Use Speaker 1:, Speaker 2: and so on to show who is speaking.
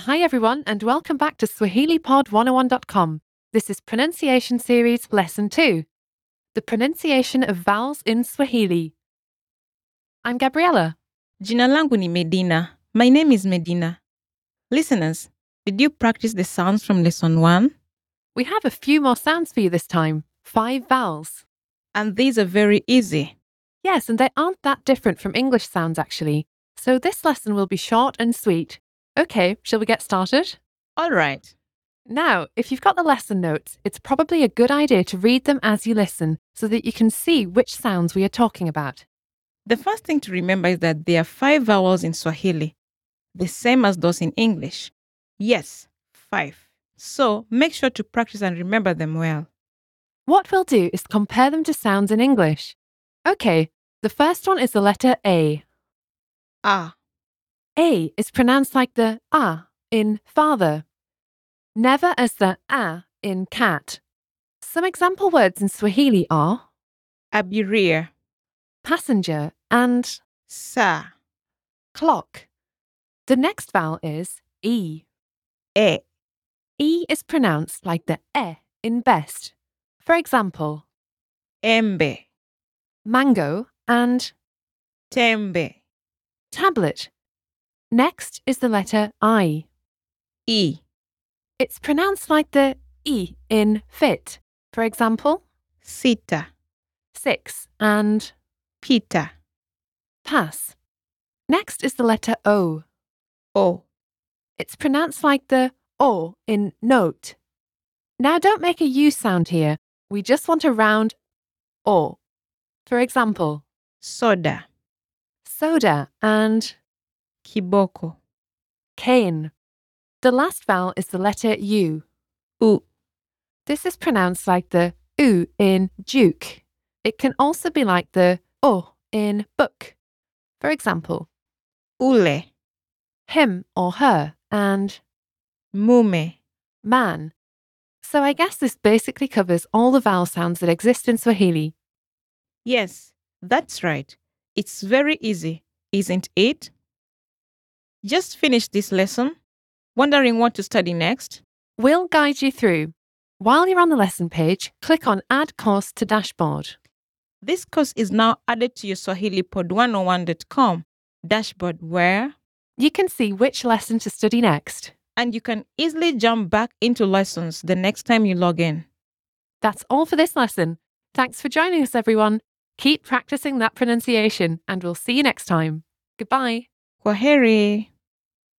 Speaker 1: Hi, everyone, and welcome back to SwahiliPod101.com. This is Pronunciation Series Lesson 2 The Pronunciation of Vowels in Swahili. I'm Gabriella.
Speaker 2: Jina langu ni Medina. My name is Medina. Listeners, did you practice the sounds from lesson 1?
Speaker 1: We have a few more sounds for you this time five vowels.
Speaker 2: And these are very easy.
Speaker 1: Yes, and they aren't that different from English sounds, actually. So this lesson will be short and sweet. Okay, shall we get started?
Speaker 2: All right.
Speaker 1: Now, if you've got the lesson notes, it's probably a good idea to read them as you listen so that you can see which sounds we are talking about.
Speaker 2: The first thing to remember is that there are five vowels in Swahili, the same as those in English. Yes, five. So make sure to practice and remember them well.
Speaker 1: What we'll do is compare them to sounds in English. Okay, the first one is the letter A.
Speaker 2: Ah,
Speaker 1: A is pronounced like the ah in father, never as the ah in cat. Some example words in Swahili are
Speaker 2: abiria,
Speaker 1: passenger and
Speaker 2: sa,
Speaker 1: clock. The next vowel is e.
Speaker 2: e,
Speaker 1: E is pronounced like the e in best. For example,
Speaker 2: embe,
Speaker 1: mango and
Speaker 2: tembe,
Speaker 1: tablet. Next is the letter I.
Speaker 2: e,
Speaker 1: It's pronounced like the e in fit. For example,
Speaker 2: sita,
Speaker 1: six and
Speaker 2: pita,
Speaker 1: pass. Next is the letter O.
Speaker 2: o,
Speaker 1: It's pronounced like the o in note. Now don't make a u sound here. We just want a round o. For example,
Speaker 2: soda,
Speaker 1: soda and
Speaker 2: kiboko,
Speaker 1: cane. The last vowel is the letter u.
Speaker 2: u,
Speaker 1: This is pronounced like the oo in duke. It can also be like the o in book. For example,
Speaker 2: ule,
Speaker 1: him or her and
Speaker 2: mume,
Speaker 1: man. So I guess this basically covers all the vowel sounds that exist in Swahili.
Speaker 2: Yes, that's right. It's very easy, isn't it? Just finished this lesson. Wondering what to study next?
Speaker 1: We'll guide you through. While you're on the lesson page, click on Add Course to Dashboard.
Speaker 2: This course is now added to your SwahiliPod101.com dashboard where,
Speaker 1: You can see which lesson to study next.
Speaker 2: and you can easily jump back into lessons the next time you log in.
Speaker 1: That's all for this lesson. Thanks for joining us, everyone. Keep practicing that pronunciation, and we'll see you next time. Goodbye.
Speaker 2: Kwaheri!